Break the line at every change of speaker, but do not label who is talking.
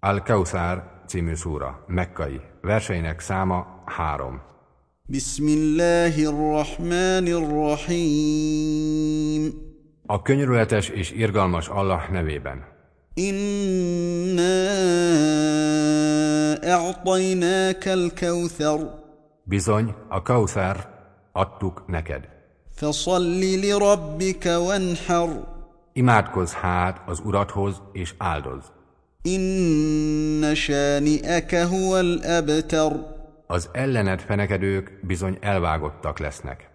Al-Kauszár című szúra, mekkai. Verseinek száma három.
بسم الله الرحمن الرحيم
A könyörületes és irgalmas Allah nevében.
إنا أعطيناك الكوثر
Bizony, a kauszár adtuk neked.
فصل لربك وانحر
Imádkozz hát az Uradhoz és áldoz.
إن شانئك هو الأبتر
Az ellened fenekedők bizony elvágottak lesznek.